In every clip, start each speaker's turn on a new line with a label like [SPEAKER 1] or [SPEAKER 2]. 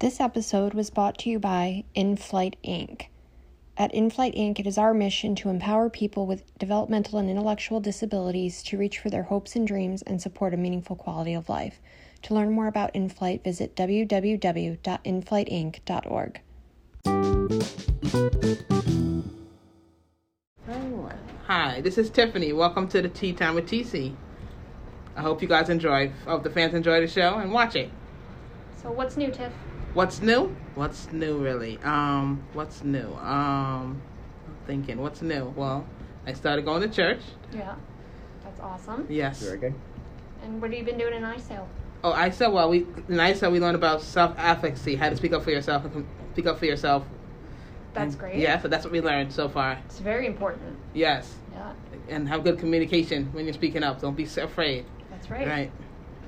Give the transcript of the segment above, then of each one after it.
[SPEAKER 1] This episode was brought to you by InFlight Inc. At InFlight Inc., it is our mission to empower people with developmental and intellectual disabilities to reach for their hopes and dreams and support a meaningful quality of life. To learn more about InFlight, visit www.inflightinc.org.
[SPEAKER 2] Hi, this is Tiffany. Welcome to the Tea Time with TC. I hope you guys enjoy. I hope the fans enjoy the show and watch it.
[SPEAKER 3] So what's new, Tiff?
[SPEAKER 2] What's new? What's new, really? Um, what's new? Um, I'm thinking, what's new? Well, I started going to church.
[SPEAKER 3] Yeah, that's awesome.
[SPEAKER 2] Yes.
[SPEAKER 4] Very good.
[SPEAKER 3] And what have you been doing in ISO?
[SPEAKER 2] Oh, I said, well, we in I said we learned about self-efficacy, how to speak up for yourself and com- speak up for yourself.
[SPEAKER 3] That's
[SPEAKER 2] And-
[SPEAKER 3] great.
[SPEAKER 2] Yeah, so that's what we learned so far.
[SPEAKER 3] Mm, It's very important.
[SPEAKER 2] Yes,
[SPEAKER 3] Yeah,
[SPEAKER 2] and have good communication when you're speaking up. Don't be s- afraid.
[SPEAKER 3] that's right.
[SPEAKER 2] Right.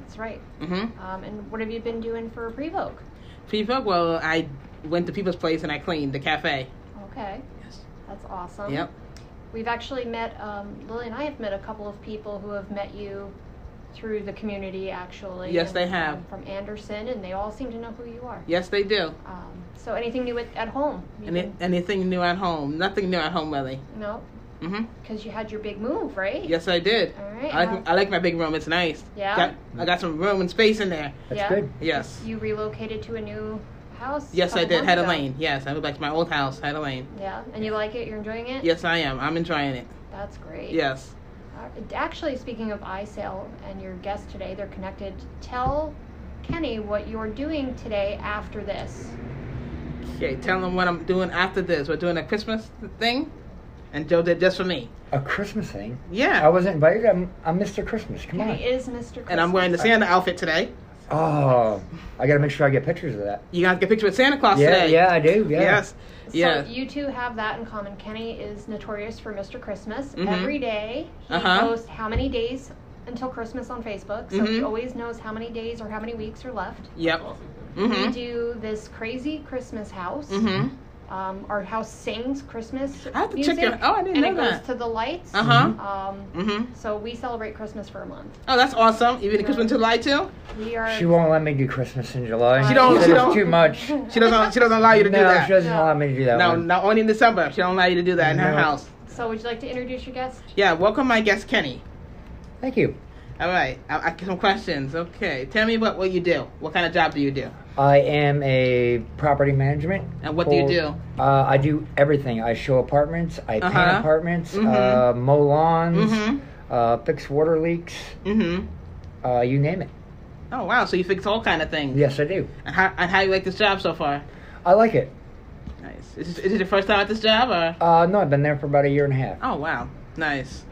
[SPEAKER 3] That's right.
[SPEAKER 2] Mm-hmm.
[SPEAKER 3] Um, and what have you been doing for Prevoke?
[SPEAKER 2] People, well, I went to people's place and I cleaned the cafe.
[SPEAKER 3] Okay,
[SPEAKER 2] Yes.
[SPEAKER 3] that's awesome.
[SPEAKER 2] Yep.
[SPEAKER 3] We've actually met, um, Lily and I have met a couple of people who have met you through the community, actually.
[SPEAKER 2] Yes,
[SPEAKER 3] and
[SPEAKER 2] they have.
[SPEAKER 3] From, from Anderson, and they all seem to know who you are.
[SPEAKER 2] Yes, they do.
[SPEAKER 3] Um, so anything new at, at home? You
[SPEAKER 2] Any,
[SPEAKER 3] been-
[SPEAKER 2] anything new at home? Nothing new at home, really.
[SPEAKER 3] no,
[SPEAKER 2] hmm
[SPEAKER 3] because you had your big move, right?
[SPEAKER 2] Yes, I did.
[SPEAKER 3] All right.
[SPEAKER 2] I
[SPEAKER 3] how-
[SPEAKER 2] like, I like my big room. It's nice.
[SPEAKER 3] Yeah?
[SPEAKER 2] Got, I got some room and space in there.
[SPEAKER 4] That's
[SPEAKER 3] Yeah.
[SPEAKER 4] good.
[SPEAKER 2] Yes.
[SPEAKER 3] You relocated to a new house.
[SPEAKER 2] Yes, I
[SPEAKER 3] couple
[SPEAKER 2] did.
[SPEAKER 3] months
[SPEAKER 2] Had a
[SPEAKER 3] ago.
[SPEAKER 2] lane. Yes, I moved back to my old house. Had a lane.
[SPEAKER 3] Yeah, and you like it. You're enjoying it.
[SPEAKER 2] Yes, I am. I'm enjoying it.
[SPEAKER 3] That's great.
[SPEAKER 2] Yes.
[SPEAKER 3] Uh, Actually, speaking of iSale and your guest today, they're connected. Tell Kenny what you're doing today after this.
[SPEAKER 2] Okay, tell them what I'm doing after this. We're doing a Christmas thing, and Joe did just for me.
[SPEAKER 4] A Christmas thing. I
[SPEAKER 2] Yeah.
[SPEAKER 4] wasn't invited. I'm, I'm Mr. Christmas. Come on.
[SPEAKER 3] Kenny is Mr. Christmas.
[SPEAKER 2] And I'm wearing the Santa outfit today.
[SPEAKER 4] Oh, I gotta make sure I get pictures of that.
[SPEAKER 2] You guys get a picture with Santa Claus
[SPEAKER 4] Yeah,
[SPEAKER 2] today.
[SPEAKER 4] yeah, I do. Yeah.
[SPEAKER 2] Yes.
[SPEAKER 3] So
[SPEAKER 2] Yes.
[SPEAKER 3] you two have that in common. Kenny is notorious for Mr. Christmas.
[SPEAKER 2] Mhm.
[SPEAKER 3] Every day he
[SPEAKER 2] Uh-huh.
[SPEAKER 3] posts how many days until Christmas on Facebook, so he
[SPEAKER 2] Mhm.
[SPEAKER 3] always knows how many days or how many weeks are left.
[SPEAKER 2] Yep.
[SPEAKER 3] We
[SPEAKER 2] Mm-hmm.
[SPEAKER 3] do this crazy Christmas house.
[SPEAKER 2] Mm-hmm.
[SPEAKER 3] Um, our house sings Christmas
[SPEAKER 2] I have to
[SPEAKER 3] music,
[SPEAKER 2] check your. Oh, I didn't
[SPEAKER 3] and
[SPEAKER 2] know
[SPEAKER 3] it goes
[SPEAKER 2] that.
[SPEAKER 3] to the lights.
[SPEAKER 2] Uh huh.
[SPEAKER 3] Um,
[SPEAKER 2] Mm-hmm.
[SPEAKER 3] so we celebrate Christmas for a month.
[SPEAKER 2] Oh, that's awesome. Even the Christmas in July too.
[SPEAKER 3] We are.
[SPEAKER 4] She won't let me do Christmas in July.
[SPEAKER 2] She don't-
[SPEAKER 4] That
[SPEAKER 2] she
[SPEAKER 4] is
[SPEAKER 2] don't-
[SPEAKER 4] too much.
[SPEAKER 2] She doesn't. She doesn't allow you to do
[SPEAKER 4] no, she
[SPEAKER 2] that.
[SPEAKER 4] doesn't
[SPEAKER 3] No.
[SPEAKER 4] allow me to do that.
[SPEAKER 2] No,
[SPEAKER 4] one.
[SPEAKER 2] not only in December. She don't allow you to do that in her
[SPEAKER 4] No.
[SPEAKER 2] house.
[SPEAKER 3] so would you like to introduce your guest?
[SPEAKER 2] Yeah. Welcome, my guest Kenny.
[SPEAKER 4] Thank you.
[SPEAKER 2] All right. I, I got some questions. Okay. Tell me about what you do. What kind of job do you do?
[SPEAKER 4] I am a property management.
[SPEAKER 2] And what do you
[SPEAKER 4] for-
[SPEAKER 2] do?
[SPEAKER 4] Uh, I do everything. I show apartments. I
[SPEAKER 2] Uh-huh.
[SPEAKER 4] paint apartments.
[SPEAKER 2] Mhm.
[SPEAKER 4] Uh, mow lawns.
[SPEAKER 2] Mhm.
[SPEAKER 4] Uh, fix water leaks.
[SPEAKER 2] Mm-hmm.
[SPEAKER 4] Uh, you name it.
[SPEAKER 2] Oh wow. So you fix all kind of things.
[SPEAKER 4] Yes, I do.
[SPEAKER 2] And how and how you like this job so far?
[SPEAKER 4] I like it.
[SPEAKER 2] Nice. Is, this- is it your first time at this job or?
[SPEAKER 4] Uh, no, I've been there for about a year and a half.
[SPEAKER 2] Oh wow. Nice.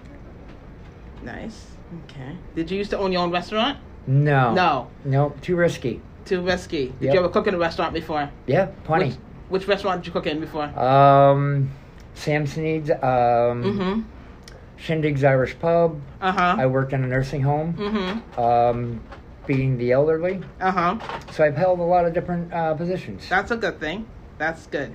[SPEAKER 2] Nice. Okay. Did you used to own your own restaurant?
[SPEAKER 4] No.
[SPEAKER 2] No.
[SPEAKER 4] Nope. Too risky.
[SPEAKER 2] Too risky. Did
[SPEAKER 4] Yep.
[SPEAKER 2] you ever cook in a restaurant before?
[SPEAKER 4] Yeah, plenty.
[SPEAKER 2] Which, which restaurant did you cook in before?
[SPEAKER 4] Um, Sam's Needs, um,
[SPEAKER 2] Mm-hmm.
[SPEAKER 4] Shindig's Irish Pub. I
[SPEAKER 2] Uh-huh.
[SPEAKER 4] worked in a nursing home,
[SPEAKER 2] Mm-hmm.
[SPEAKER 4] um, feeding the elderly.
[SPEAKER 2] Uh-huh.
[SPEAKER 4] So I've held a lot of different uh, positions.
[SPEAKER 2] That's a good thing. That's good.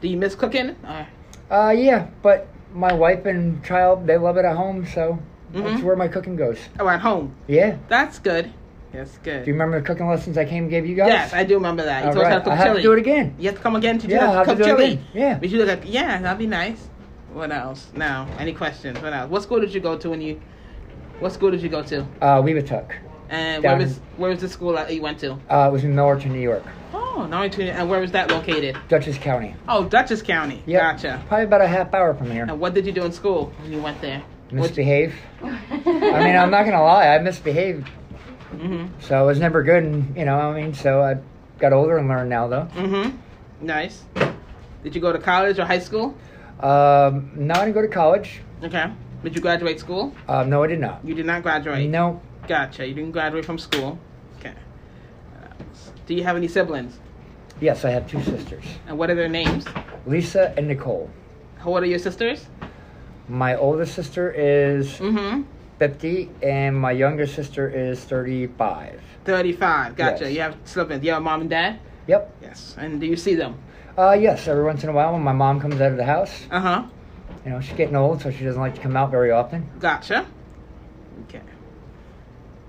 [SPEAKER 2] Do you miss cooking? Or,
[SPEAKER 4] Uh, yeah, but my wife and child, they love it at home, so that's
[SPEAKER 2] Mhm.
[SPEAKER 4] where my cooking goes.
[SPEAKER 2] oh, at home.
[SPEAKER 4] Yeah.
[SPEAKER 2] That's good. That's
[SPEAKER 4] Do you
[SPEAKER 2] good.
[SPEAKER 4] remember the cooking lessons I came and gave you guys?
[SPEAKER 2] Yes, I do remember that. You
[SPEAKER 4] All
[SPEAKER 2] told us how to
[SPEAKER 4] right.
[SPEAKER 2] cook
[SPEAKER 4] I have
[SPEAKER 2] chili.
[SPEAKER 4] to do it again.
[SPEAKER 2] You have to come again to do
[SPEAKER 4] Yeah,
[SPEAKER 2] that-
[SPEAKER 4] I'll have to
[SPEAKER 2] cook
[SPEAKER 4] do it
[SPEAKER 2] chili.
[SPEAKER 4] again. Yeah.
[SPEAKER 2] But you look like, yeah, that'd be nice. What else? Now, any questions? What else? What school did you go to when you? What school did you go to?
[SPEAKER 4] Uh, Weebatuck.
[SPEAKER 2] And
[SPEAKER 4] Down
[SPEAKER 2] where was
[SPEAKER 4] in-
[SPEAKER 2] where was the school that you went to?
[SPEAKER 4] Uh, it was in Millerton, New York,
[SPEAKER 2] Oh, now I tune in. And where was that located?
[SPEAKER 4] Dutchess County.
[SPEAKER 2] Oh, Dutchess County.
[SPEAKER 4] Yep.
[SPEAKER 2] Gotcha.
[SPEAKER 4] Probably about a half hour from here.
[SPEAKER 2] And what did you do in school when you went there?
[SPEAKER 4] Misbehave. I mean, I'm not gonna lie, I misbehaved,
[SPEAKER 2] hmm
[SPEAKER 4] so I was never good, and you know, I mean, so I got older and learned now, though.
[SPEAKER 2] hmm Nice. Did you go to college or high school?
[SPEAKER 4] Um, now I didn't go to college.
[SPEAKER 2] Okay. Did you graduate school?
[SPEAKER 4] Um, no, I did not.
[SPEAKER 2] You did not graduate.
[SPEAKER 4] No,
[SPEAKER 2] Gotcha. You didn't graduate from school. Okay. What else? Do you have any siblings?
[SPEAKER 4] yes, I have two sisters,
[SPEAKER 2] And what are their names?
[SPEAKER 4] Lisa and Nicole.
[SPEAKER 2] How old are your sisters?
[SPEAKER 4] My oldest sister is
[SPEAKER 2] Mm-hmm.
[SPEAKER 4] 50, and my younger sister is 35.
[SPEAKER 2] 35. Gotcha.
[SPEAKER 4] Yes.
[SPEAKER 2] You have siblings. Do you have a mom and dad?
[SPEAKER 4] Yep.
[SPEAKER 2] Yes. And do you see them?
[SPEAKER 4] Uh, yes, every once in a while when my mom comes out of the house,
[SPEAKER 2] Uh-huh.
[SPEAKER 4] you know, she's getting old, so she doesn't like to come out very often.
[SPEAKER 2] Gotcha. Okay.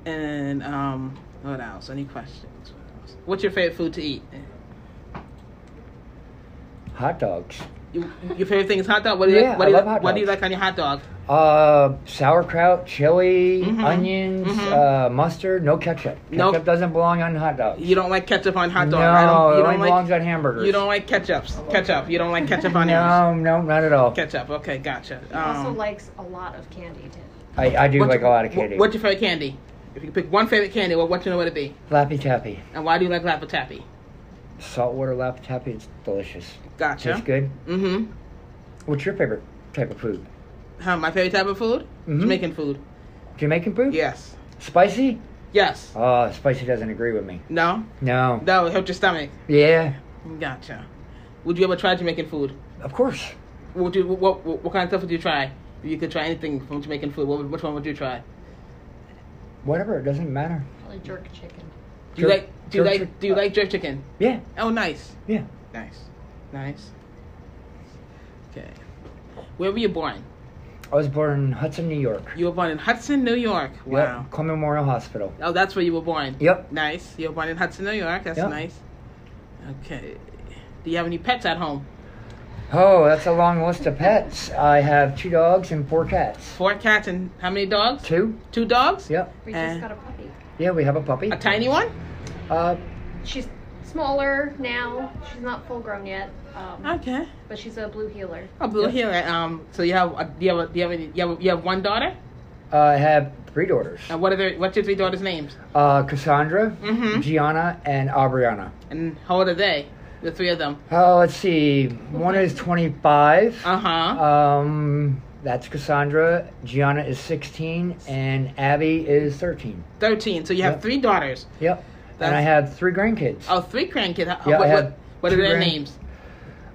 [SPEAKER 2] And um, what else? Any questions? What else? What's your favorite food to eat?
[SPEAKER 4] hot dogs.
[SPEAKER 2] You, your favorite thing is hot dog. What do you
[SPEAKER 4] Yeah,
[SPEAKER 2] like, what,
[SPEAKER 4] I
[SPEAKER 2] do you,
[SPEAKER 4] love hot
[SPEAKER 2] what do you
[SPEAKER 4] dogs.
[SPEAKER 2] like on your hot dog?
[SPEAKER 4] Uh, sauerkraut, chili,
[SPEAKER 2] Mhm.
[SPEAKER 4] onions,
[SPEAKER 2] Mhm.
[SPEAKER 4] uh, mustard, no ketchup. Ketchup
[SPEAKER 2] Nope.
[SPEAKER 4] doesn't belong on hot dogs.
[SPEAKER 2] You don't like ketchup on hot dog.
[SPEAKER 4] no,
[SPEAKER 2] I don't, you
[SPEAKER 4] it only
[SPEAKER 2] don't like
[SPEAKER 4] belongs on hamburgers.
[SPEAKER 2] you don't like ketchups. Ketchup. You don't like ketchup on yours.
[SPEAKER 4] No, no, not at all.
[SPEAKER 2] Ketchup. Okay, gotcha.
[SPEAKER 3] He also
[SPEAKER 2] Um,
[SPEAKER 3] likes a lot of candy too.
[SPEAKER 4] I, I do
[SPEAKER 2] what's-
[SPEAKER 4] like a lot of candy.
[SPEAKER 2] What's your favorite candy? If you could pick one favorite candy, what what you know would it be?
[SPEAKER 4] Lappy Tappy.
[SPEAKER 2] And why do you like Laffy Taffy?
[SPEAKER 4] Saltwater Lappy Tappy. It's delicious.
[SPEAKER 2] Gotcha.
[SPEAKER 4] Tastes good.
[SPEAKER 2] Mm-hmm.
[SPEAKER 4] What's your favorite type of food?
[SPEAKER 2] Huh, my favorite type of food?
[SPEAKER 4] Mhm.
[SPEAKER 2] Jamaican food.
[SPEAKER 4] Jamaican food?
[SPEAKER 2] Yes.
[SPEAKER 4] Spicy?
[SPEAKER 2] Yes.
[SPEAKER 4] Oh, spicy doesn't agree with me.
[SPEAKER 2] No.
[SPEAKER 4] No.
[SPEAKER 2] That would help your stomach.
[SPEAKER 4] Yeah,
[SPEAKER 2] Gotcha. Would you ever try Jamaican food?
[SPEAKER 4] of course.
[SPEAKER 2] What would you what what, what kind of stuff would you try? If you could try anything from Jamaican food, what would, which one would you try?
[SPEAKER 4] Whatever, it doesn't matter.
[SPEAKER 3] Probably jerk chicken.
[SPEAKER 2] Do you
[SPEAKER 4] Jerk-
[SPEAKER 2] like do you
[SPEAKER 4] jerk
[SPEAKER 2] like
[SPEAKER 4] chick- uh,
[SPEAKER 2] do you like jerk chicken?
[SPEAKER 4] Yeah,
[SPEAKER 2] Oh, nice,
[SPEAKER 4] yeah.
[SPEAKER 2] nice, nice. Okay, where were you born?
[SPEAKER 4] I was born in Hudson, New York.
[SPEAKER 2] You were born in Hudson, New York. Wow.
[SPEAKER 4] Yep. Cole Memorial Hospital.
[SPEAKER 2] Oh, that's where you were born.
[SPEAKER 4] Yep.
[SPEAKER 2] Nice. You were born in Hudson, New York. That's
[SPEAKER 4] Yep.
[SPEAKER 2] nice. Okay. Do you have any pets at home?
[SPEAKER 4] Oh, that's a long list of pets. I have two dogs and four cats.
[SPEAKER 2] Four cats and how many dogs?
[SPEAKER 4] Two?
[SPEAKER 2] Two dogs.
[SPEAKER 4] Yep.
[SPEAKER 3] We
[SPEAKER 2] Eh.
[SPEAKER 3] just got a puppy.
[SPEAKER 4] Yeah, we have a puppy.
[SPEAKER 2] A tiny one.
[SPEAKER 4] Uh,
[SPEAKER 3] She's smaller now. She's not full grown yet, um,
[SPEAKER 2] Okay. Oh,
[SPEAKER 3] but she's a blue healer.
[SPEAKER 2] A blue
[SPEAKER 4] Yep.
[SPEAKER 2] healer. Um. So you have a, do you have a, do you have, any, you have you have one daughter?
[SPEAKER 4] I have three daughters.
[SPEAKER 2] And what are their what's your three daughters' names?
[SPEAKER 4] Uh, Cassandra,
[SPEAKER 2] Mhm.
[SPEAKER 4] Mm-hmm. Gianna, and Aubriana.
[SPEAKER 2] And how old are they? The three of them.
[SPEAKER 4] Oh, let's see. One is 25.
[SPEAKER 2] Uh huh.
[SPEAKER 4] Um, that's Cassandra. Gianna is 16, and Abby is 13.
[SPEAKER 2] Thirteen. So you have
[SPEAKER 4] Yep.
[SPEAKER 2] three daughters.
[SPEAKER 4] Yep.
[SPEAKER 2] That's-
[SPEAKER 4] and I have three grandkids.
[SPEAKER 2] Oh, three grandkids. How-
[SPEAKER 4] Yeah, I
[SPEAKER 2] what,
[SPEAKER 4] have
[SPEAKER 2] what, what are
[SPEAKER 4] two
[SPEAKER 2] their
[SPEAKER 4] grand-
[SPEAKER 2] names?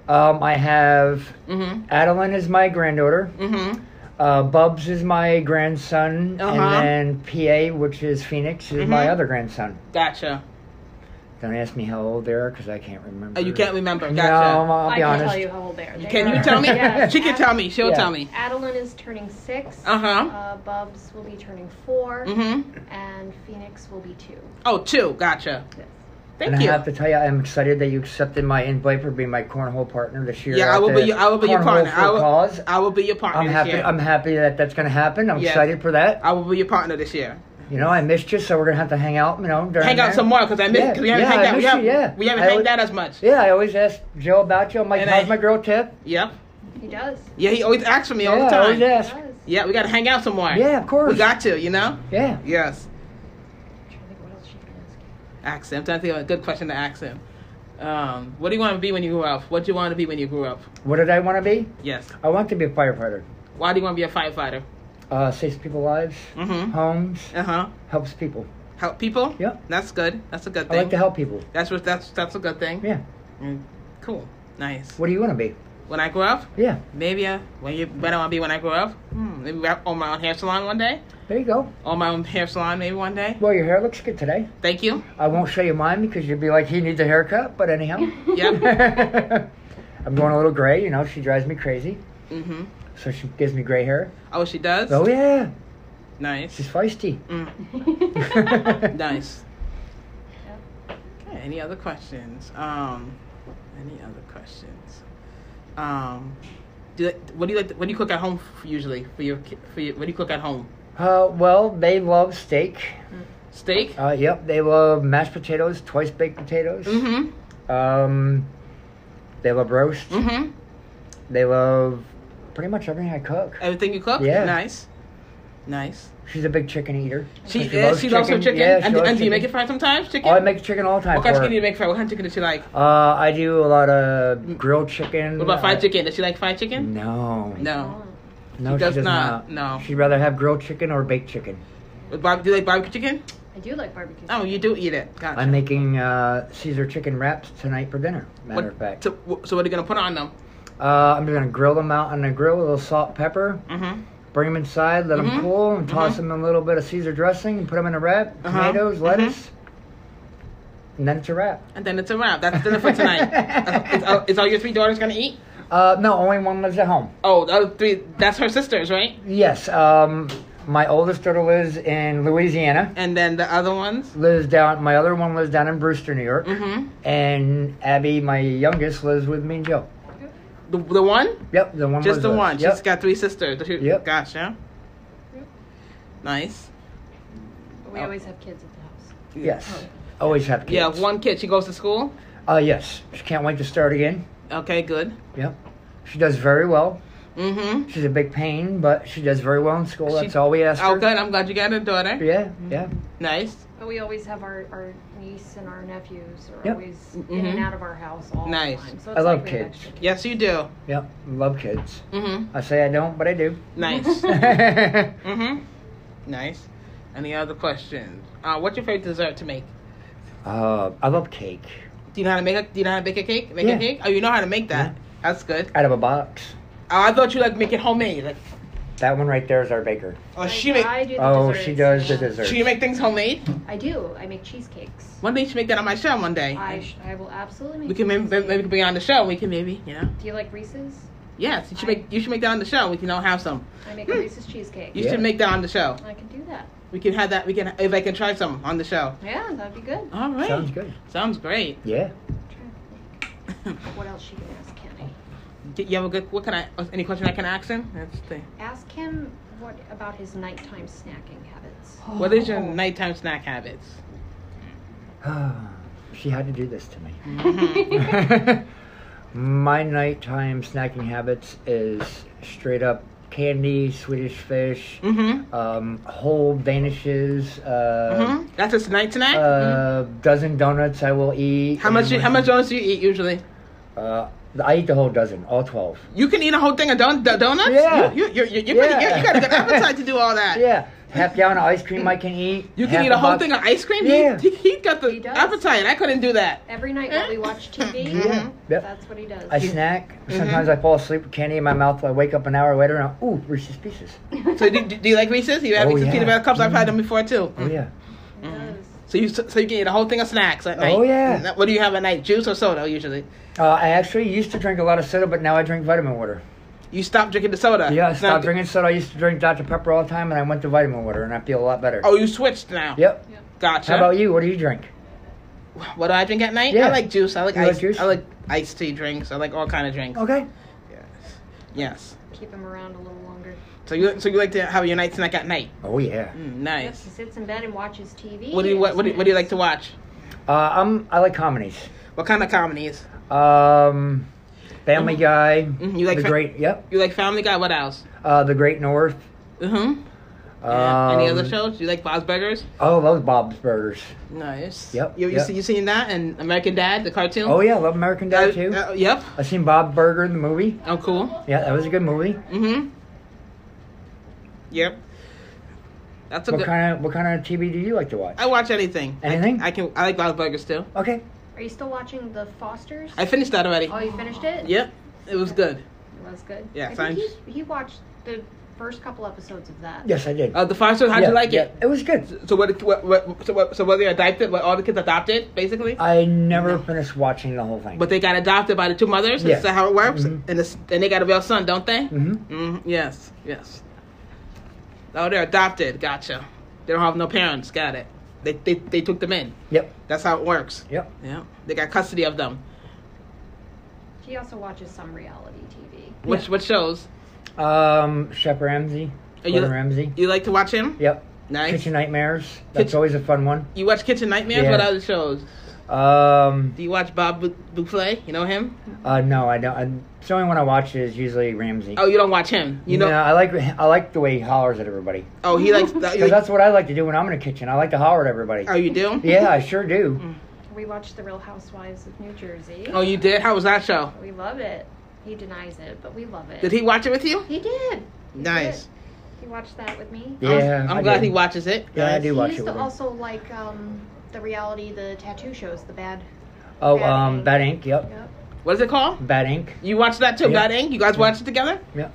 [SPEAKER 4] Um, I have
[SPEAKER 2] Mm
[SPEAKER 4] Adeline is my granddaughter.
[SPEAKER 2] hmm. Mm hmm.
[SPEAKER 4] Uh, Bubs is my grandson,
[SPEAKER 2] Uh-huh.
[SPEAKER 4] and then PA, which is Phoenix, is my
[SPEAKER 2] Mhm.
[SPEAKER 4] other grandson.
[SPEAKER 2] Gotcha.
[SPEAKER 4] Don't ask me how old they are because I can't remember.
[SPEAKER 2] Oh, you can't remember.
[SPEAKER 4] No,
[SPEAKER 2] Gotcha.
[SPEAKER 4] I'll
[SPEAKER 3] I
[SPEAKER 4] be
[SPEAKER 3] can
[SPEAKER 4] honest.
[SPEAKER 3] tell you how old they are. They
[SPEAKER 2] Can you
[SPEAKER 3] are-
[SPEAKER 2] tell me?
[SPEAKER 3] yes.
[SPEAKER 2] She can tell me. She'll
[SPEAKER 4] Yeah.
[SPEAKER 2] tell me.
[SPEAKER 3] Adeline is turning six.
[SPEAKER 2] Uh huh.
[SPEAKER 3] Uh, Bubs will be turning 4
[SPEAKER 2] Mm hmm.
[SPEAKER 3] and Phoenix will be two.
[SPEAKER 2] Oh, two. Gotcha.
[SPEAKER 3] Yes.
[SPEAKER 2] Thank
[SPEAKER 4] and
[SPEAKER 2] you.
[SPEAKER 4] I have to tell you, I'm excited that you accepted my invite for being my cornhole partner this year.
[SPEAKER 2] yeah, I
[SPEAKER 4] at
[SPEAKER 2] will
[SPEAKER 4] the
[SPEAKER 2] be. Your, I will be your
[SPEAKER 4] Cornhole
[SPEAKER 2] partner.
[SPEAKER 4] for
[SPEAKER 2] I will.
[SPEAKER 4] Cause.
[SPEAKER 2] I will be your partner.
[SPEAKER 4] I'm
[SPEAKER 2] this
[SPEAKER 4] happy.
[SPEAKER 2] Year.
[SPEAKER 4] I'm happy that that's going to happen. I'm
[SPEAKER 2] Yes.
[SPEAKER 4] excited for that.
[SPEAKER 2] I will be your partner this year.
[SPEAKER 4] You know, I missed you, so we're gonna have to hang out. You know, during
[SPEAKER 2] Hang out
[SPEAKER 4] there.
[SPEAKER 2] some more because I miss,
[SPEAKER 4] Yeah,
[SPEAKER 2] cause we haven't
[SPEAKER 4] yeah,
[SPEAKER 2] hanged
[SPEAKER 4] I
[SPEAKER 2] out. We
[SPEAKER 4] miss you,
[SPEAKER 2] haven't,
[SPEAKER 4] yeah.
[SPEAKER 2] we haven't
[SPEAKER 4] I
[SPEAKER 2] hanged
[SPEAKER 4] would-
[SPEAKER 2] out as much.
[SPEAKER 4] Yeah, I always ask Joe about you. I'm like,
[SPEAKER 2] And
[SPEAKER 4] how's
[SPEAKER 2] I-
[SPEAKER 4] my girl Tip?
[SPEAKER 2] Yep.
[SPEAKER 3] He does.
[SPEAKER 2] Yeah, he always asks me all
[SPEAKER 4] yeah,
[SPEAKER 2] the
[SPEAKER 4] I always
[SPEAKER 2] time.
[SPEAKER 3] He
[SPEAKER 4] ask.
[SPEAKER 3] does.
[SPEAKER 2] Yeah, we got to hang out some more.
[SPEAKER 4] Yeah, of course.
[SPEAKER 2] We got to, you know?
[SPEAKER 4] yeah.
[SPEAKER 2] Yes.
[SPEAKER 3] I'm trying to think what else she can ask. you.
[SPEAKER 2] Ask him. I'm trying to think of a good question to ask him. Um, what do you want to be when you grew up? What do you want to be when you grew up?
[SPEAKER 4] What did I want to be?
[SPEAKER 2] Yes.
[SPEAKER 4] I want to be a firefighter.
[SPEAKER 2] Why do you want to be a firefighter?
[SPEAKER 4] Uh, saves people's lives,
[SPEAKER 2] Mm hmm.
[SPEAKER 4] homes,
[SPEAKER 2] Uh huh.
[SPEAKER 4] helps people.
[SPEAKER 2] Help people?
[SPEAKER 4] Yeah.
[SPEAKER 2] That's good. That's a good
[SPEAKER 4] I
[SPEAKER 2] thing.
[SPEAKER 4] like to help people.
[SPEAKER 2] That's what. That's that's a good thing.
[SPEAKER 4] Yeah.
[SPEAKER 2] Mm, Cool. Nice.
[SPEAKER 4] What do you want to be?
[SPEAKER 2] When I grow up,
[SPEAKER 4] Yeah.
[SPEAKER 2] maybe I, when you when I want to be when I grow up, hmm, maybe I own my own hair salon one day.
[SPEAKER 4] There you go.
[SPEAKER 2] Own my own hair salon maybe one day.
[SPEAKER 4] Well, your hair looks good today.
[SPEAKER 2] Thank you.
[SPEAKER 4] I won't show you mine because you'd be like, he needs a haircut. But anyhow,
[SPEAKER 2] Yep.
[SPEAKER 4] I'm going a little gray. You know, she drives me crazy,
[SPEAKER 2] mm-hmm.
[SPEAKER 4] so she gives me gray hair.
[SPEAKER 2] Oh, she does.
[SPEAKER 4] Oh yeah,
[SPEAKER 2] Nice.
[SPEAKER 4] she's feisty. Uh,
[SPEAKER 2] Mm, nice.
[SPEAKER 3] Yep.
[SPEAKER 2] Okay, any other questions? Um, any other questions? Um, do you, like- what do you like? What do you cook at home f- usually for your ki- for your, What do you cook at home?
[SPEAKER 4] Uh, well, they love steak.
[SPEAKER 2] Steak.
[SPEAKER 4] Uh, yep, they love mashed potatoes, twice baked potatoes.
[SPEAKER 2] Mm-hmm.
[SPEAKER 4] Um, they love roast.
[SPEAKER 2] Mm-hmm.
[SPEAKER 4] They love pretty much everything I cook.
[SPEAKER 2] Everything you cook.
[SPEAKER 4] Yeah.
[SPEAKER 2] Nice. Nice.
[SPEAKER 4] She's a big chicken eater.
[SPEAKER 2] She
[SPEAKER 4] So
[SPEAKER 2] is. she loves her chicken.
[SPEAKER 4] Yeah, she
[SPEAKER 2] and,
[SPEAKER 4] loves
[SPEAKER 2] and do you make
[SPEAKER 4] chicken.
[SPEAKER 2] it for her sometimes? Chicken.
[SPEAKER 4] Oh, I make chicken all the time.
[SPEAKER 2] what kind of
[SPEAKER 4] for
[SPEAKER 2] chicken do you
[SPEAKER 4] her.
[SPEAKER 2] make for her? What kind of chicken does she like?
[SPEAKER 4] Uh, I do a lot of grilled chicken.
[SPEAKER 2] What about fried
[SPEAKER 4] I-
[SPEAKER 2] chicken? Does she like fried chicken?
[SPEAKER 4] No,
[SPEAKER 2] No.
[SPEAKER 4] no,
[SPEAKER 2] she
[SPEAKER 4] she
[SPEAKER 2] does
[SPEAKER 4] does,
[SPEAKER 2] not, no.
[SPEAKER 4] she'd rather have grilled chicken or baked chicken.
[SPEAKER 2] With barbe- do you like barbecue chicken?
[SPEAKER 3] I do like barbecue.
[SPEAKER 2] Oh, you do eat it. Gotcha.
[SPEAKER 4] I'm making uh, Caesar chicken wraps tonight for dinner. Matter
[SPEAKER 2] What-
[SPEAKER 4] of fact,
[SPEAKER 2] So, wh- so what are you gonna put on them?
[SPEAKER 4] uh, I'm just gonna grill them out on the grill with a little salt, pepper.
[SPEAKER 2] Mm-hmm.
[SPEAKER 4] Bring them inside, let
[SPEAKER 2] Mhm.
[SPEAKER 4] them cool, and toss them in a little bit of Caesar dressing, and put them in a wrap,
[SPEAKER 2] Uh-huh.
[SPEAKER 4] tomatoes,
[SPEAKER 2] Mhm.
[SPEAKER 4] lettuce, and then it's a wrap.
[SPEAKER 2] And then it's a wrap. That's dinner for tonight. Uh, is, uh, is all your three daughters gonna eat?
[SPEAKER 4] Uh, no, only one lives at home.
[SPEAKER 2] Oh, the other three. That's her sisters, right?
[SPEAKER 4] Yes, um, my oldest daughter lives in Louisiana.
[SPEAKER 2] And then the other ones.
[SPEAKER 4] Lives down. My other one lives down in Brewster, New York,
[SPEAKER 2] Mm-hmm.
[SPEAKER 4] and Abby, my youngest, lives with me and Joe.
[SPEAKER 3] Oh,
[SPEAKER 2] The, the one?
[SPEAKER 4] Yep, the one.
[SPEAKER 2] Just
[SPEAKER 4] was
[SPEAKER 2] the
[SPEAKER 4] us.
[SPEAKER 2] one.
[SPEAKER 4] Yep.
[SPEAKER 2] She's got three sisters. Does she-
[SPEAKER 4] Yep.
[SPEAKER 2] Gotcha. Nice. Oh.
[SPEAKER 5] We always have kids at the house.
[SPEAKER 4] Yes. Always have kids.
[SPEAKER 2] Yeah, one kid. She goes to school.
[SPEAKER 4] Uh, yes. She can't wait to start again.
[SPEAKER 2] Okay, good.
[SPEAKER 4] Yep. She does very well.
[SPEAKER 2] Mm-hmm.
[SPEAKER 4] She's a big pain, but she does very well in school.
[SPEAKER 2] She-
[SPEAKER 4] That's all we ask
[SPEAKER 2] Oh,
[SPEAKER 4] her.
[SPEAKER 2] good. I'm glad you got a daughter.
[SPEAKER 4] Yeah, yeah.
[SPEAKER 2] Nice.
[SPEAKER 5] But we always have our, our niece and our nephews are
[SPEAKER 4] Yep.
[SPEAKER 5] always in and
[SPEAKER 2] Mhm.
[SPEAKER 5] out of our house all
[SPEAKER 2] Nice.
[SPEAKER 5] the time. So
[SPEAKER 4] I
[SPEAKER 5] it's
[SPEAKER 4] love
[SPEAKER 5] like we have
[SPEAKER 4] kids.
[SPEAKER 5] extra
[SPEAKER 2] Yes, you do.
[SPEAKER 4] Yep. Love kids.
[SPEAKER 2] Mm-hmm.
[SPEAKER 4] I say I don't, but I do.
[SPEAKER 2] Nice.
[SPEAKER 4] uh,
[SPEAKER 2] mm-hmm. Nice. Any other questions? Uh, what's your favorite dessert to make?
[SPEAKER 4] I love cake
[SPEAKER 2] Do you know how to make a Do you know how to bake a cake? Make
[SPEAKER 4] Yeah.
[SPEAKER 2] a cake? Oh, you know how to make that. That's good.
[SPEAKER 4] out of a box.
[SPEAKER 2] Oh, I thought you like make it homemade. Like,
[SPEAKER 4] That one right there is our baker.
[SPEAKER 2] oh,
[SPEAKER 3] Like,
[SPEAKER 2] she make
[SPEAKER 3] I do the
[SPEAKER 4] Oh, she does
[SPEAKER 3] desserts.
[SPEAKER 4] the dessert.
[SPEAKER 2] she make things homemade.
[SPEAKER 3] I do. I make cheesecakes.
[SPEAKER 2] One day you should make that on my show. One day
[SPEAKER 3] I, sh- I will absolutely make.
[SPEAKER 2] we can maybe,
[SPEAKER 3] cheesecakes.
[SPEAKER 2] maybe be on the show. We can maybe you know.
[SPEAKER 3] Do you like Reese's?
[SPEAKER 2] Yes, you should make you should make that on the show. We can all have some.
[SPEAKER 3] I make a Reese's cheesecake.
[SPEAKER 2] You
[SPEAKER 4] Yeah.
[SPEAKER 2] should make that on the show.
[SPEAKER 3] I can do that.
[SPEAKER 2] We can have that. We can if I can try some on the show.
[SPEAKER 3] Yeah, that'd be good.
[SPEAKER 2] All right.
[SPEAKER 4] Sounds good.
[SPEAKER 2] Sounds great.
[SPEAKER 4] Yeah.
[SPEAKER 3] What else you can ask Kenny?
[SPEAKER 2] Did you have a good? What can I? oh, Any question I can ask him? That's the.
[SPEAKER 3] Ask him what about his nighttime snacking habits.
[SPEAKER 2] What is your nighttime snack habits?
[SPEAKER 4] she had to do this to me.
[SPEAKER 2] Mhm.
[SPEAKER 4] My nighttime snacking habits is straight up candy, Swedish fish,
[SPEAKER 2] Mhm.
[SPEAKER 4] um, whole vanishes, uh,
[SPEAKER 2] Mhm. That's a night snack. Mm-hmm.
[SPEAKER 4] uh, Mm-hmm. dozen donuts I will eat.
[SPEAKER 2] how much? You, how much donuts do you eat usually?
[SPEAKER 4] Uh, I eat the whole dozen, all twelve.
[SPEAKER 2] You can eat a whole thing of don- do- donuts.
[SPEAKER 4] Yeah.
[SPEAKER 2] You, you, you, you're
[SPEAKER 4] Yeah.
[SPEAKER 2] pretty good. You got a good appetite to do all that.
[SPEAKER 4] Yeah, half gallon of ice cream I can eat.
[SPEAKER 2] You
[SPEAKER 4] half
[SPEAKER 2] can eat a whole
[SPEAKER 4] box-
[SPEAKER 2] thing of ice cream.
[SPEAKER 4] Yeah.
[SPEAKER 2] He, he, he got the
[SPEAKER 3] He does.
[SPEAKER 2] appetite. I couldn't do that.
[SPEAKER 3] Every night while we watch TV,
[SPEAKER 2] Mhm.
[SPEAKER 4] Yep.
[SPEAKER 3] that's what he does.
[SPEAKER 4] I snack.
[SPEAKER 2] Mm-hmm.
[SPEAKER 4] Sometimes I fall asleep with candy in my mouth. I wake up an hour later and I'm, ooh, Reese's Pieces.
[SPEAKER 2] So do, do, do you like Reese's? You have
[SPEAKER 4] Oh,
[SPEAKER 2] Reese's
[SPEAKER 4] yeah.
[SPEAKER 2] peanut butter cups. I've had them before too.
[SPEAKER 4] Oh yeah.
[SPEAKER 3] He does.
[SPEAKER 2] So you so you can eat a whole thing of snacks at night. Mm,
[SPEAKER 4] Oh, yeah.
[SPEAKER 2] What do you have at night? Juice or soda usually?
[SPEAKER 4] Uh, I actually used to drink a lot of soda, but now I drink vitamin water.
[SPEAKER 2] You stop drinking the soda.
[SPEAKER 4] Yeah, I
[SPEAKER 2] It's
[SPEAKER 4] stopped
[SPEAKER 2] not-
[SPEAKER 4] drinking soda. I used to drink Dr Pepper all the time, and I went to vitamin water, and I feel a lot better.
[SPEAKER 2] Oh, you switched now.
[SPEAKER 4] Yep.
[SPEAKER 2] Gotcha.
[SPEAKER 4] How about you? What do you drink?
[SPEAKER 2] What do I drink at night?
[SPEAKER 4] Yeah.
[SPEAKER 2] I like juice. I like
[SPEAKER 4] You
[SPEAKER 2] ice.
[SPEAKER 4] like juice?
[SPEAKER 2] I like iced tea drinks. I like all kind of drinks.
[SPEAKER 4] Okay.
[SPEAKER 2] Yes. Yes.
[SPEAKER 3] Keep him around a little longer.
[SPEAKER 2] So you so you like to have your night snack at night?
[SPEAKER 4] Oh yeah.
[SPEAKER 2] Mm,
[SPEAKER 3] Yep,
[SPEAKER 2] nice.
[SPEAKER 3] he sits in bed and watches TV.
[SPEAKER 2] What do you what, what, do, what do you like to watch?
[SPEAKER 4] Uh, I'm. I like comedies.
[SPEAKER 2] What kind of comedies?
[SPEAKER 4] Um, Family
[SPEAKER 2] Mhm.
[SPEAKER 4] Guy.
[SPEAKER 2] Mhm, you like
[SPEAKER 4] the
[SPEAKER 2] fa-
[SPEAKER 4] Great. Yep.
[SPEAKER 2] You like Family Guy? What else?
[SPEAKER 4] Uh, the Great North.
[SPEAKER 2] Mm-hmm.
[SPEAKER 4] Um,
[SPEAKER 2] Any other shows? You like Bob's Burgers?
[SPEAKER 4] Oh, those Bob's Burgers.
[SPEAKER 2] Nice.
[SPEAKER 4] Yep,
[SPEAKER 2] You, you,
[SPEAKER 4] yep.
[SPEAKER 2] see- you seen that and American Dad, the cartoon?
[SPEAKER 4] Oh yeah, love American Dad
[SPEAKER 2] Uh,
[SPEAKER 4] too.
[SPEAKER 2] uh, yep.
[SPEAKER 4] I seen Bob Burger in the movie.
[SPEAKER 2] Oh, cool.
[SPEAKER 4] Yeah, that was a good movie.
[SPEAKER 2] Mm-hmm. Yep. That's a
[SPEAKER 4] what
[SPEAKER 2] good.
[SPEAKER 4] kind of what kind of TV do you like to watch?
[SPEAKER 2] I watch anything. I-
[SPEAKER 4] Anything?
[SPEAKER 2] I, can. I like Bob's Burgers too.
[SPEAKER 4] okay.
[SPEAKER 3] Are you still watching The Fosters?
[SPEAKER 2] I finished that already.
[SPEAKER 3] oh, you finished it?
[SPEAKER 2] Yep. It was good.
[SPEAKER 3] It was good.
[SPEAKER 2] Yeah,
[SPEAKER 3] I think
[SPEAKER 2] thanks.
[SPEAKER 3] he, he watched the first couple episodes of that.
[SPEAKER 4] Yes, I did.
[SPEAKER 2] Uh, the Foster, how'd
[SPEAKER 4] Yeah,
[SPEAKER 2] you like
[SPEAKER 4] yeah,
[SPEAKER 2] it?
[SPEAKER 4] It was good.
[SPEAKER 2] So what, what, what, so what? So were they adopted? Were all the kids adopted, basically?
[SPEAKER 4] I never finished watching the whole thing.
[SPEAKER 2] but they got adopted by the two mothers.
[SPEAKER 4] Yeah.
[SPEAKER 2] Is that how it works?
[SPEAKER 4] Mhm.
[SPEAKER 2] And it's, and they got a real son, don't they?
[SPEAKER 4] hmm
[SPEAKER 2] Mhm, Yes. Yes. Oh, they're adopted. Gotcha. They don't have no parents. Got it. They they, they took them in.
[SPEAKER 4] Yep.
[SPEAKER 2] That's how it works.
[SPEAKER 4] Yep.
[SPEAKER 2] Yeah. They got custody of them.
[SPEAKER 3] He also watches some reality TV.
[SPEAKER 2] Which what shows?
[SPEAKER 4] Um, Chef Ramsey.
[SPEAKER 2] Are you-
[SPEAKER 4] Gordon Ramsey.
[SPEAKER 2] You like to watch him?
[SPEAKER 4] Yep.
[SPEAKER 2] Nice.
[SPEAKER 4] Kitchen Nightmares. That's
[SPEAKER 2] Kitchen-
[SPEAKER 4] always a fun one.
[SPEAKER 2] You watch Kitchen Nightmares?
[SPEAKER 4] Yeah.
[SPEAKER 2] What other shows?
[SPEAKER 4] Um,
[SPEAKER 2] Do you watch Bob Bu- Boufflé? You know him?
[SPEAKER 4] uh, no, I don't. I, the only one I watch is usually Ramsey.
[SPEAKER 2] Oh, you don't watch him. You know?
[SPEAKER 4] no, I like I like the way he hollers at everybody.
[SPEAKER 2] Oh, he likes.
[SPEAKER 4] Because that's what I like to do when I'm in the kitchen. I like to holler at everybody.
[SPEAKER 2] oh, you do?
[SPEAKER 4] Yeah, I sure do.
[SPEAKER 3] We watched The Real Housewives of New Jersey.
[SPEAKER 2] Oh, you did? How was that show?
[SPEAKER 3] We love it. He denies it, but we love it.
[SPEAKER 2] Did he watch it with you?
[SPEAKER 3] He did.
[SPEAKER 2] Nice.
[SPEAKER 3] He watched that with me.
[SPEAKER 2] I'm-
[SPEAKER 4] Yeah,
[SPEAKER 2] I'm,
[SPEAKER 4] I
[SPEAKER 2] glad
[SPEAKER 4] did.
[SPEAKER 2] he watches it.
[SPEAKER 4] Yeah, I
[SPEAKER 2] Nice.
[SPEAKER 4] do watch
[SPEAKER 3] he
[SPEAKER 4] it
[SPEAKER 3] used
[SPEAKER 4] with
[SPEAKER 3] to
[SPEAKER 4] him.
[SPEAKER 3] also like um, the reality, the tattoo shows, the bad.
[SPEAKER 4] Oh,
[SPEAKER 3] Bad
[SPEAKER 4] um,
[SPEAKER 3] Ink.
[SPEAKER 4] Bad Ink. Yep.
[SPEAKER 3] Yep.
[SPEAKER 2] What is it called?
[SPEAKER 4] Bad Ink.
[SPEAKER 2] You watched that too,
[SPEAKER 4] Yeah.
[SPEAKER 2] Bad Ink? You guys watched it together?
[SPEAKER 4] Yeah.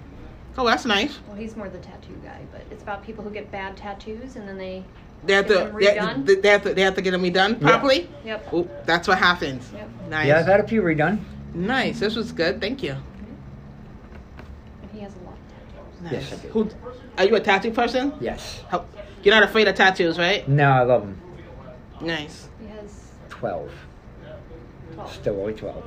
[SPEAKER 2] Oh, that's nice.
[SPEAKER 3] Well, he's more the tattoo guy, but it's about people who get bad tattoos and then they.
[SPEAKER 2] They have to.
[SPEAKER 3] Get them
[SPEAKER 2] They
[SPEAKER 3] redone?
[SPEAKER 2] have to. They have to, they have to get them redone
[SPEAKER 4] Yeah.
[SPEAKER 2] properly.
[SPEAKER 3] Yep.
[SPEAKER 2] Oh, that's what happens.
[SPEAKER 3] Yep.
[SPEAKER 2] Nice.
[SPEAKER 4] Yeah, I've had a few redone.
[SPEAKER 2] nice. This was good. Thank you.
[SPEAKER 3] And he has a lot of tattoos.
[SPEAKER 2] Nice.
[SPEAKER 4] Yes, I did.
[SPEAKER 2] Who? Are you a tattoo person?
[SPEAKER 4] Yes.
[SPEAKER 2] How- You're not afraid of tattoos, right?
[SPEAKER 4] No, I love them.
[SPEAKER 2] Nice.
[SPEAKER 3] He has
[SPEAKER 4] Twelve.
[SPEAKER 3] 12.
[SPEAKER 4] Still only twelve.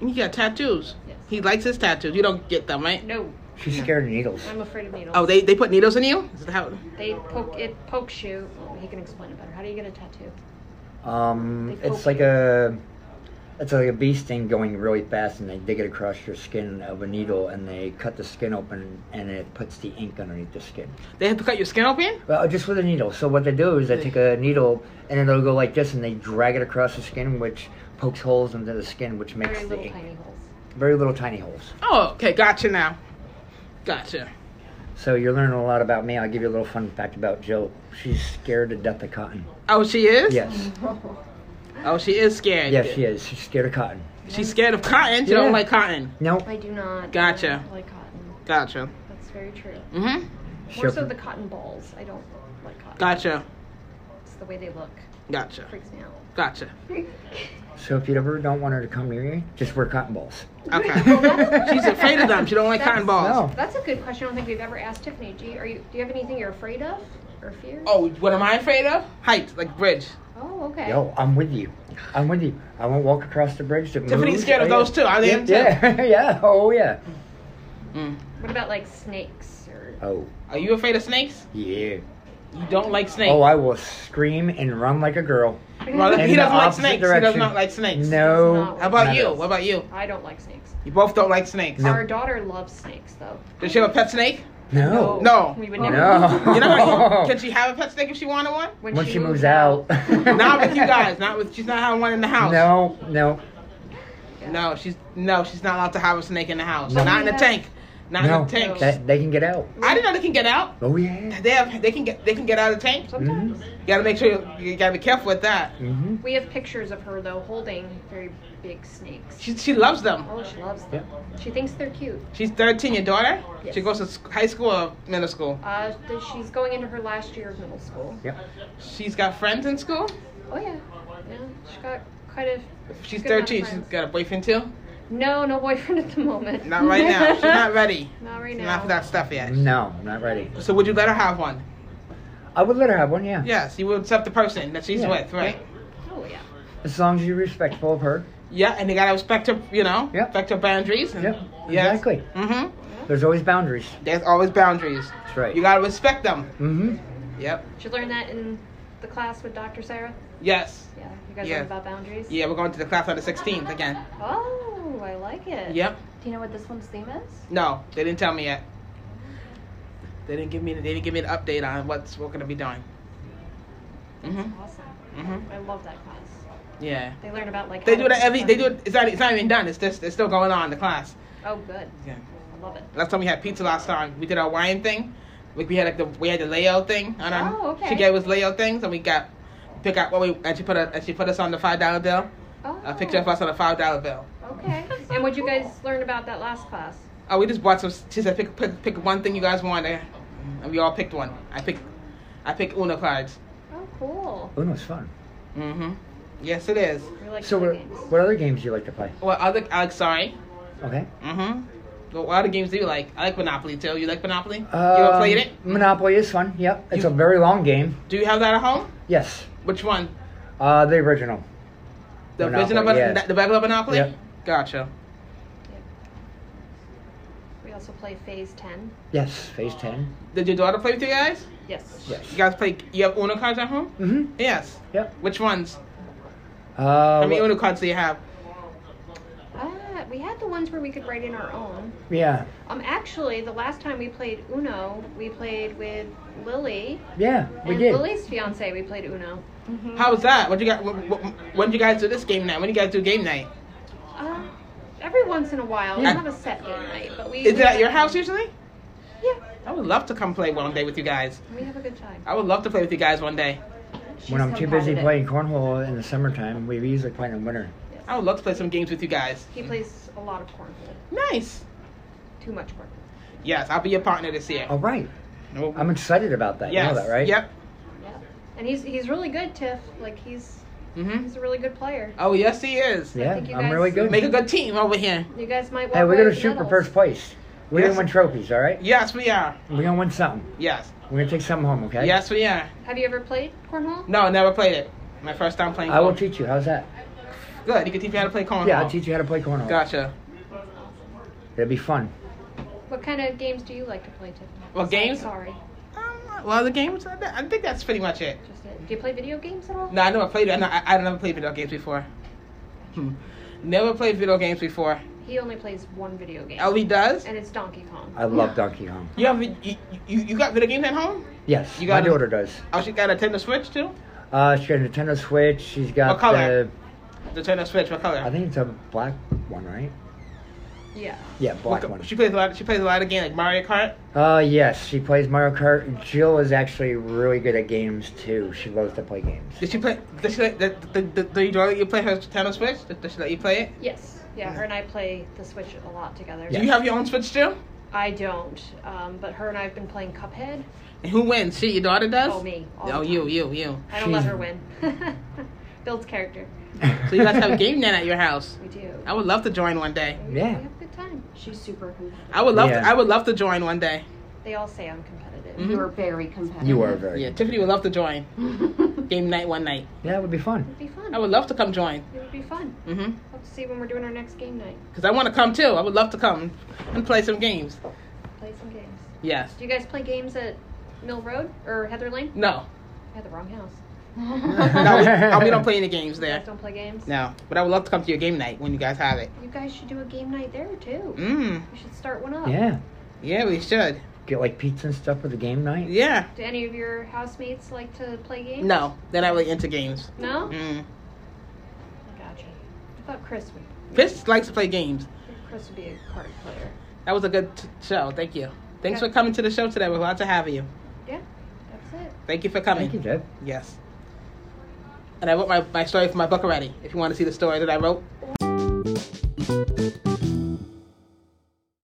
[SPEAKER 3] 12.
[SPEAKER 2] He got tattoos.
[SPEAKER 3] Yes.
[SPEAKER 2] He likes his tattoos. You don't get them, right?
[SPEAKER 3] No,
[SPEAKER 4] She's scared of needles.
[SPEAKER 3] I'm afraid of needles.
[SPEAKER 2] Oh, they, they put needles in you? Is that how?
[SPEAKER 3] They poke it pokes you. Oh, he can explain it better. How do you get a tattoo?
[SPEAKER 4] Um,
[SPEAKER 3] They
[SPEAKER 4] it's
[SPEAKER 3] poke
[SPEAKER 4] like a it's like a bee sting going really fast, and they dig it across your skin of a needle, and they cut the skin open, and it puts the ink underneath the skin.
[SPEAKER 2] They have to cut your skin open?
[SPEAKER 4] Well, just with a needle. So what they do is they take a needle, and it'll go like this, and they drag it across the skin, which pokes holes into the skin, which makes
[SPEAKER 3] Very
[SPEAKER 4] the
[SPEAKER 3] little
[SPEAKER 4] ink
[SPEAKER 3] tiny holes.
[SPEAKER 4] very little tiny holes.
[SPEAKER 2] Oh, okay. Gotcha now. Gotcha.
[SPEAKER 4] So you're learning a lot about me. I'll give you a little fun fact about Jill. She's scared to death of cotton.
[SPEAKER 2] Oh, she is?
[SPEAKER 4] Yes,
[SPEAKER 2] Oh, she is scared.
[SPEAKER 4] yes, she is. She's scared of cotton.
[SPEAKER 2] She's scared of cotton. She
[SPEAKER 4] Yeah.
[SPEAKER 2] don't like cotton.
[SPEAKER 4] No,
[SPEAKER 3] I do not.
[SPEAKER 2] Gotcha.
[SPEAKER 3] I like cotton.
[SPEAKER 2] Gotcha.
[SPEAKER 3] That's very true.
[SPEAKER 2] Mm
[SPEAKER 4] Mm-hmm.
[SPEAKER 2] hmm.
[SPEAKER 3] More
[SPEAKER 4] she'll
[SPEAKER 3] so the cotton balls. I don't like cotton.
[SPEAKER 2] Gotcha.
[SPEAKER 3] It's the way they look.
[SPEAKER 2] Gotcha.
[SPEAKER 3] Freaks me out.
[SPEAKER 2] Gotcha.
[SPEAKER 4] So if you ever don't want her to come near you, just wear cotton balls.
[SPEAKER 2] Okay. She's afraid of them. She don't like cotton balls.
[SPEAKER 4] No.
[SPEAKER 3] That's a good question. I don't think we've ever asked Tiffany. Do you, are you do you have anything you're afraid of or fear?
[SPEAKER 2] Oh, what am I afraid of? Heights, like bridge.
[SPEAKER 3] Oh, okay.
[SPEAKER 4] Yo, I'm with you. I'm with you. I won't walk across the bridge that
[SPEAKER 2] Tiffany's
[SPEAKER 4] moves.
[SPEAKER 2] scared of
[SPEAKER 4] Oh, yeah.
[SPEAKER 2] those too. I am too.
[SPEAKER 4] yeah, yeah, yeah. Oh yeah. Mm.
[SPEAKER 3] What about like snakes or
[SPEAKER 4] Oh
[SPEAKER 2] Are you afraid of snakes?
[SPEAKER 4] yeah.
[SPEAKER 2] You don't like snakes.
[SPEAKER 4] Oh, I will scream and run like a girl.
[SPEAKER 2] Well,
[SPEAKER 4] In
[SPEAKER 2] he doesn't
[SPEAKER 4] the
[SPEAKER 2] like
[SPEAKER 4] opposite
[SPEAKER 2] snakes. He does
[SPEAKER 4] direction.
[SPEAKER 2] not like snakes.
[SPEAKER 4] No.
[SPEAKER 2] How about
[SPEAKER 4] Not
[SPEAKER 2] you?
[SPEAKER 4] us.
[SPEAKER 2] What about you?
[SPEAKER 3] I don't like snakes.
[SPEAKER 2] You both don't like snakes.
[SPEAKER 4] No.
[SPEAKER 3] Our daughter loves snakes though.
[SPEAKER 2] Does she have a pet snake?
[SPEAKER 4] No.
[SPEAKER 2] No.
[SPEAKER 3] We would
[SPEAKER 4] No.
[SPEAKER 3] never
[SPEAKER 2] You know, how you- can she have a pet snake if she wanted one?
[SPEAKER 4] When she moves out.
[SPEAKER 2] Not with you guys. Not with. She's not having one in the house.
[SPEAKER 4] No, no.
[SPEAKER 2] No, she's no, she's not allowed to have a snake in the house.
[SPEAKER 4] No.
[SPEAKER 2] Not in
[SPEAKER 3] Yeah.
[SPEAKER 2] the tank. Not
[SPEAKER 4] no.
[SPEAKER 2] in the tank.
[SPEAKER 4] That, they can get out.
[SPEAKER 2] I didn't know they can get out.
[SPEAKER 4] Oh yeah.
[SPEAKER 2] They have. They can get. They can get out of the tank.
[SPEAKER 3] Sometimes.
[SPEAKER 2] You gotta make sure. You, you gotta be careful with that.
[SPEAKER 4] Mm-hmm.
[SPEAKER 3] We have pictures of her though holding very big snakes.
[SPEAKER 2] She she loves them.
[SPEAKER 3] Oh, she loves them. She thinks they're cute.
[SPEAKER 2] She's 13. Your daughter?
[SPEAKER 3] Yes.
[SPEAKER 2] She goes to sc- high school or middle school?
[SPEAKER 3] Uh, th- she's going into her last year of middle school.
[SPEAKER 4] Yep.
[SPEAKER 2] She's got friends in school.
[SPEAKER 3] Oh yeah, yeah. She got quite a.
[SPEAKER 2] She's
[SPEAKER 3] Good amount of
[SPEAKER 2] 13. She's
[SPEAKER 3] friends.
[SPEAKER 2] got a boyfriend too.
[SPEAKER 3] No, no boyfriend at the moment.
[SPEAKER 2] Not right now. She's not ready.
[SPEAKER 3] Not right
[SPEAKER 2] She's
[SPEAKER 3] now.
[SPEAKER 2] Not for that stuff yet.
[SPEAKER 4] No, not ready.
[SPEAKER 2] So would you let her have one?
[SPEAKER 4] I would let her have one, yeah.
[SPEAKER 2] Yes, you would accept the person that she's
[SPEAKER 4] Yeah.
[SPEAKER 2] with, right?
[SPEAKER 3] Oh yeah.
[SPEAKER 4] As long as you're respectful of her.
[SPEAKER 2] Yeah, and you gotta respect her, you know,
[SPEAKER 4] Yep.
[SPEAKER 2] respect her boundaries. And,
[SPEAKER 4] Yep.
[SPEAKER 2] yes.
[SPEAKER 4] Exactly.
[SPEAKER 2] Mm-hmm.
[SPEAKER 4] There's always boundaries.
[SPEAKER 2] There's always boundaries.
[SPEAKER 4] That's right.
[SPEAKER 2] You gotta respect them.
[SPEAKER 4] mm-hmm.
[SPEAKER 2] Yep.
[SPEAKER 3] Did you learn that in the class with Dr. Sarah?
[SPEAKER 2] Yes.
[SPEAKER 3] Yeah. You guys
[SPEAKER 2] Yeah.
[SPEAKER 3] learned about boundaries.
[SPEAKER 2] Yeah, we're going to the class on the 16th again.
[SPEAKER 3] Oh, I like it.
[SPEAKER 2] Yep.
[SPEAKER 5] Do you know what this one's theme is?
[SPEAKER 2] No, they didn't tell me yet. They didn't give me. They didn't give me an update on what's we're gonna be doing. Mhm.
[SPEAKER 3] Awesome.
[SPEAKER 2] Mhm.
[SPEAKER 3] I love that class.
[SPEAKER 2] Yeah.
[SPEAKER 3] They learn about like.
[SPEAKER 2] They
[SPEAKER 3] how
[SPEAKER 2] do
[SPEAKER 3] to
[SPEAKER 2] that every. They do
[SPEAKER 3] learn.
[SPEAKER 2] it. It's not. It's not even done. It's just. It's still going on in the class.
[SPEAKER 3] Oh, good.
[SPEAKER 2] Yeah.
[SPEAKER 3] I love it.
[SPEAKER 2] Last time we had pizza. Last time we did our wine thing. Like we had like the we had the layout thing. And our,
[SPEAKER 3] Oh, okay.
[SPEAKER 2] She gave us layout things, and we got pick out what we and she put a, and she put us on the five dollar bill.
[SPEAKER 3] Oh.
[SPEAKER 2] A picture of us on a five dollar bill.
[SPEAKER 3] Okay. and what you guys learn about that last class?
[SPEAKER 2] Oh, we just bought some. She said pick pick, pick one thing you guys want, and we all picked one. I picked I picked Uno cards.
[SPEAKER 3] Oh, cool.
[SPEAKER 4] Oh, no, it's fun.
[SPEAKER 2] Mm-hmm. Yes, it is.
[SPEAKER 3] We like
[SPEAKER 4] So
[SPEAKER 3] play
[SPEAKER 4] what,
[SPEAKER 3] games.
[SPEAKER 4] what other games do you like to play?
[SPEAKER 2] Well, other I'm sorry.
[SPEAKER 4] Okay.
[SPEAKER 2] Mm-hmm. What other games do you like? I like Monopoly too. You like Monopoly? you ever played it?
[SPEAKER 4] Um, Monopoly is fun. Yep. It's
[SPEAKER 2] You-
[SPEAKER 4] a very long game.
[SPEAKER 2] Do you have that at home?
[SPEAKER 4] Yes.
[SPEAKER 2] Which one?
[SPEAKER 4] Uh, the original.
[SPEAKER 2] The
[SPEAKER 4] Monopoly,
[SPEAKER 2] original, Mon-
[SPEAKER 4] yes.
[SPEAKER 2] the regular Monopoly.
[SPEAKER 4] Yep.
[SPEAKER 2] Gotcha.
[SPEAKER 3] We also play Phase Ten.
[SPEAKER 4] Yes. Phase ten.
[SPEAKER 2] Did your daughter play with you guys?
[SPEAKER 3] Yes.
[SPEAKER 4] Yes.
[SPEAKER 2] You guys play? You have Uno cards at home?
[SPEAKER 4] Mm-hmm.
[SPEAKER 2] Yes.
[SPEAKER 4] Yep.
[SPEAKER 2] Which ones?
[SPEAKER 4] Uh,
[SPEAKER 2] How many
[SPEAKER 4] what-
[SPEAKER 2] Uno cards do you have?
[SPEAKER 3] Ah, we had the ones where we could write in our own.
[SPEAKER 4] yeah.
[SPEAKER 3] Um, actually, the last time we played Uno, we played with Lily
[SPEAKER 4] Yeah. We
[SPEAKER 3] and
[SPEAKER 4] did.
[SPEAKER 3] Lily's fiance. We played Uno.
[SPEAKER 2] How was that? What you got? What, what, when did you guys do this game night? When do you guys do game night?
[SPEAKER 3] Uh, every once in a while, we
[SPEAKER 2] Yeah.
[SPEAKER 3] don't have a set game night, but we
[SPEAKER 2] Is it at your house usually?
[SPEAKER 3] Yeah,
[SPEAKER 2] I would love to come play one day with you guys.
[SPEAKER 3] we have a good time.
[SPEAKER 2] I would love to play with you guys one day.
[SPEAKER 4] when I'm
[SPEAKER 5] She's
[SPEAKER 4] too busy
[SPEAKER 5] competitive.
[SPEAKER 4] playing cornhole in the summertime, we usually play in winter.
[SPEAKER 2] I would love to play some games with you guys.
[SPEAKER 3] He plays a lot of cornhole,
[SPEAKER 2] Nice.
[SPEAKER 3] too much cornhole.
[SPEAKER 2] Yes, I'll be your partner this year.
[SPEAKER 3] Oh,
[SPEAKER 4] All right.
[SPEAKER 2] We'll-
[SPEAKER 4] I'm excited about that.
[SPEAKER 2] yes.
[SPEAKER 4] You know that, right?
[SPEAKER 2] Yep.
[SPEAKER 3] Yeah, and he's he's really good, Tiff. Like he's
[SPEAKER 2] hmm
[SPEAKER 3] he's a really good player.
[SPEAKER 2] Oh, yes, he is.
[SPEAKER 4] Yeah.
[SPEAKER 3] think you
[SPEAKER 4] I'm
[SPEAKER 3] guys-
[SPEAKER 4] really good.
[SPEAKER 2] Make a good team over here.
[SPEAKER 3] You guys might.
[SPEAKER 4] hey,
[SPEAKER 3] walk
[SPEAKER 4] we're
[SPEAKER 3] away
[SPEAKER 4] gonna
[SPEAKER 3] with
[SPEAKER 4] shoot for
[SPEAKER 3] medals.
[SPEAKER 4] first place. We're
[SPEAKER 2] Yes.
[SPEAKER 4] gonna win trophies. All right.
[SPEAKER 2] Yes, we are.
[SPEAKER 4] We're gonna win something.
[SPEAKER 2] Yes.
[SPEAKER 4] We're gonna take something home. Okay.
[SPEAKER 2] Yes, we are.
[SPEAKER 3] Have you ever played cornhole?
[SPEAKER 2] No, never played it. My first time playing.
[SPEAKER 4] I will
[SPEAKER 2] golf.
[SPEAKER 4] teach you. How's that?
[SPEAKER 2] Good. He can teach you how to play cornhole.
[SPEAKER 4] Yeah, I'll teach you how to play cornhole.
[SPEAKER 2] Gotcha.
[SPEAKER 4] It'll be fun.
[SPEAKER 3] What kind of games do you like to play, Tiffany?
[SPEAKER 2] Well, games.
[SPEAKER 3] Sorry,
[SPEAKER 2] Um, well, the games. I I think that's pretty much it.
[SPEAKER 3] just it. Do you play video games at all?
[SPEAKER 2] No, I never played. I, I, I never played video games before. Hmm. Never played video games before.
[SPEAKER 3] He only plays one video game,
[SPEAKER 2] Ellie does.
[SPEAKER 3] and it's Donkey Kong.
[SPEAKER 4] I love Donkey Kong.
[SPEAKER 2] You have you, you, you got video games at home?
[SPEAKER 4] Yes,
[SPEAKER 2] You
[SPEAKER 4] my
[SPEAKER 2] got a-
[SPEAKER 4] daughter does.
[SPEAKER 2] Oh, she got a Nintendo Switch too.
[SPEAKER 4] Uh, she got a Nintendo Switch. She's got
[SPEAKER 2] What color?
[SPEAKER 4] the-
[SPEAKER 2] The Nintendo Switch. What color?
[SPEAKER 4] I think it's a black one, right?
[SPEAKER 3] Yeah.
[SPEAKER 4] Yeah,
[SPEAKER 2] What
[SPEAKER 4] black
[SPEAKER 2] co-
[SPEAKER 4] one.
[SPEAKER 2] She plays a lot. She plays a lot of games like Mario Kart.
[SPEAKER 4] Uh, yes, she plays Mario Kart. Jill is actually really good at games too. She loves to play games.
[SPEAKER 2] Did she play? Did she let? Did, did, did, did you let you play her Nintendo Switch? Did, did she let you play it?
[SPEAKER 3] Yes. Yeah. Her and I play the Switch a lot together.
[SPEAKER 2] Do you have your own Switch too?
[SPEAKER 3] I don't, um, but her and I have been playing Cuphead.
[SPEAKER 2] And who wins? She, your daughter does.
[SPEAKER 3] Oh, me. all the
[SPEAKER 2] Oh,
[SPEAKER 3] time.
[SPEAKER 2] you, you, you.
[SPEAKER 3] I don't let
[SPEAKER 4] She's-
[SPEAKER 3] her win. Builds character.
[SPEAKER 2] So you guys have a game night at your house.
[SPEAKER 3] We do.
[SPEAKER 2] I would love to join one day.
[SPEAKER 3] We
[SPEAKER 4] Yeah.
[SPEAKER 3] have a good time.
[SPEAKER 6] She's super competitive.
[SPEAKER 2] I would love. To,
[SPEAKER 4] Yeah.
[SPEAKER 2] I would love to join one day.
[SPEAKER 3] They all say I'm competitive.
[SPEAKER 2] Mhm.
[SPEAKER 6] You are very competitive.
[SPEAKER 4] Mm-hmm. You are very.
[SPEAKER 2] Yeah,
[SPEAKER 4] Yeah,
[SPEAKER 2] Tiffany would love to join. Game night one night.
[SPEAKER 4] it would be fun.
[SPEAKER 3] It'd be fun.
[SPEAKER 2] I would love to come join.
[SPEAKER 3] It would be fun.
[SPEAKER 2] Mhm.
[SPEAKER 3] Love to see when we're doing our next game night.
[SPEAKER 2] Cause I want to come too. I would love to come and play some games.
[SPEAKER 3] Play some games.
[SPEAKER 2] Yes.
[SPEAKER 3] Do you guys play games at Mill Road or Heather Lane?
[SPEAKER 2] No.
[SPEAKER 3] I had the wrong house.
[SPEAKER 2] No. We, oh, we don't play any games
[SPEAKER 3] You
[SPEAKER 2] there.
[SPEAKER 3] guys don't play games?
[SPEAKER 2] No. But I would love to come to your game night when you guys have it.
[SPEAKER 3] You guys should do a game night there too.
[SPEAKER 2] Mm.
[SPEAKER 3] We should start one up.
[SPEAKER 4] Yeah,
[SPEAKER 2] Yeah, we should.
[SPEAKER 4] get like pizza and stuff for the game night.
[SPEAKER 2] Yeah.
[SPEAKER 3] Do any of your housemates like to play games?
[SPEAKER 2] No. They're not really into games.
[SPEAKER 3] No?
[SPEAKER 2] Mm.
[SPEAKER 3] Gotcha. I thought Chris would.
[SPEAKER 2] Chris likes to play games.
[SPEAKER 3] Chris would be a card player.
[SPEAKER 2] That was a good t- show. Thank you. Thanks for coming to the show today. We're glad to have you.
[SPEAKER 3] That's it.
[SPEAKER 2] Thank you for coming.
[SPEAKER 4] Thank you, Deb.
[SPEAKER 2] Yes. And I wrote my, my story for my book already, if you want to see the story that I wrote.